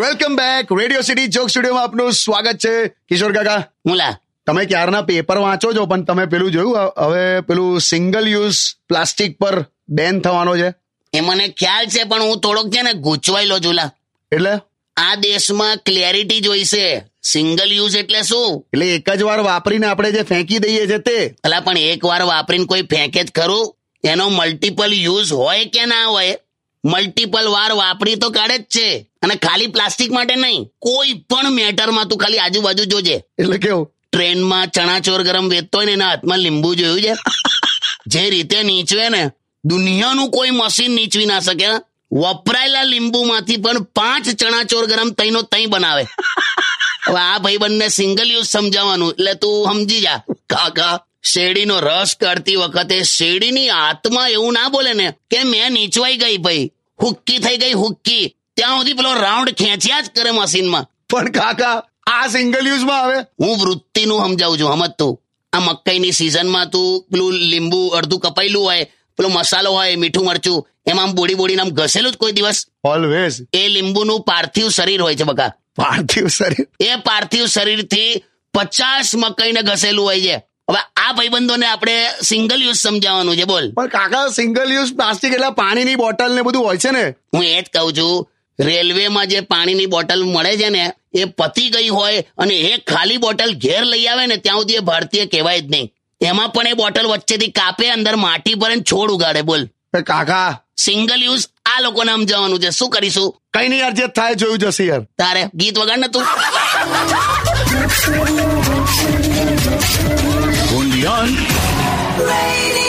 Welcome back radio city joke સ્ટુડિયોમાં આપનું સ્વાગત છે કિશોર કાકા મુલા તમે ક્યારના પેપર વાંચો છો પણ તમે પેલું જોયું હ- હવે પેલું સિંગલ યુઝ પ્લાસ્ટિક પર બેન થવાનો છે એ મને ખ્યાલ છે પણ હું થોડોક છે ને ગૂંચવાયેલો જુલા એટલે આ દેશમાં ક્લેરિટી જોઈશે સિંગલ યુઝ એટલે શું એટલે એક જ વાર વાપરીને આપણે જે ફેંકી દઈએ છે તે અલા પણ એકવાર વાપરીને કોઈ ફેંકે જ ખરું એનો મલ્ટિપલ યુઝ હોય કે ના હોય મલ્ટિપલ વાર વાપરી તો કાઢે જ છે અને ખાલી પ્લાસ્ટિક માટે નહીં કોઈ પણ મેટરમાં તું ખાલી આજુબાજુ જોજે એટલે કેવું ટ્રેનમાં ચણાચોર ગરમ વેચતો હોય ને એના હાથમાં લીંબુ જોયું છે જે રીતે નીચવે ને દુનિયાનું કોઈ મશીન નીચવી ના શકે હા. વપરાયેલા લીંબુમાંથી પણ પાંચ ચણાચોર ગરમ તઈનો તઈ બનાવે હવે આ ભાઈબંધને સિંગલ યુઝ સમજાવવાનું એટલે તું સમજી જા કાકા શેરડીનો રસ કાઢતી વખતે શેરડીની આત્મા એવું ના બોલે ને કે મેં નીચવાઈ ગઈ ભાઈ હુક્કી થઈ ગઈ હુક્કી ત્યાં સુધી પેલો રાઉન્ડ ખેંચ્યા જ કરે મશીનમાં પણ કાકા આ સિંગલ યુઝમાં આવે હું વૃત્તિનું સમજાવું છું હમત તું આ મકાઈની સિઝનમાં તું પેલું લીંબુ અડધું કપાયેલું હોય પેલો મસાલો હોય મીઠું મરચું એમાં આમ બોડી બોડીને આમ ઘસેલું જ કોઈ દિવસ ઓલવેઝ એ લીંબુનું પાર્થિવ શરીર હોય છે બકા પાર્થિવ શરીર એ પાર્થિવ શરીરથી પચાસ મકાઈને ઘસેલું હોય છે હવે આ ભાઈબંધોને આપણે સિંગલ યુઝ સમજાવવાનું છે બોલ પણ કાકા સિંગલ યુઝ પ્લાસ્ટિક એટલે પાણીની બોટલ ને બધું હોય છે ને હું એ જ કહું છું રેલવેમાં જે પાણીની બોટલ મળે છે ને એ પતી ગઈ હોય અને એ ખાલી બોટલ ઘેર લઈ આવે ને ત્યાં સુધી એ ભારતીય કહેવાય જ નહીં એમાં પણ એ બોટલ વચ્ચેથી કાપે અંદર માટી પર અને છોડ ઉગાડે બોલ પણ કાકા સિંગલ યુઝ આ લોકોને સમજાવવાનું છે શું કરીશું કઈ નહીં યાર જે થાય જોયું જશે યાર તારે ગીત વગાડ ને તું Undian. Radio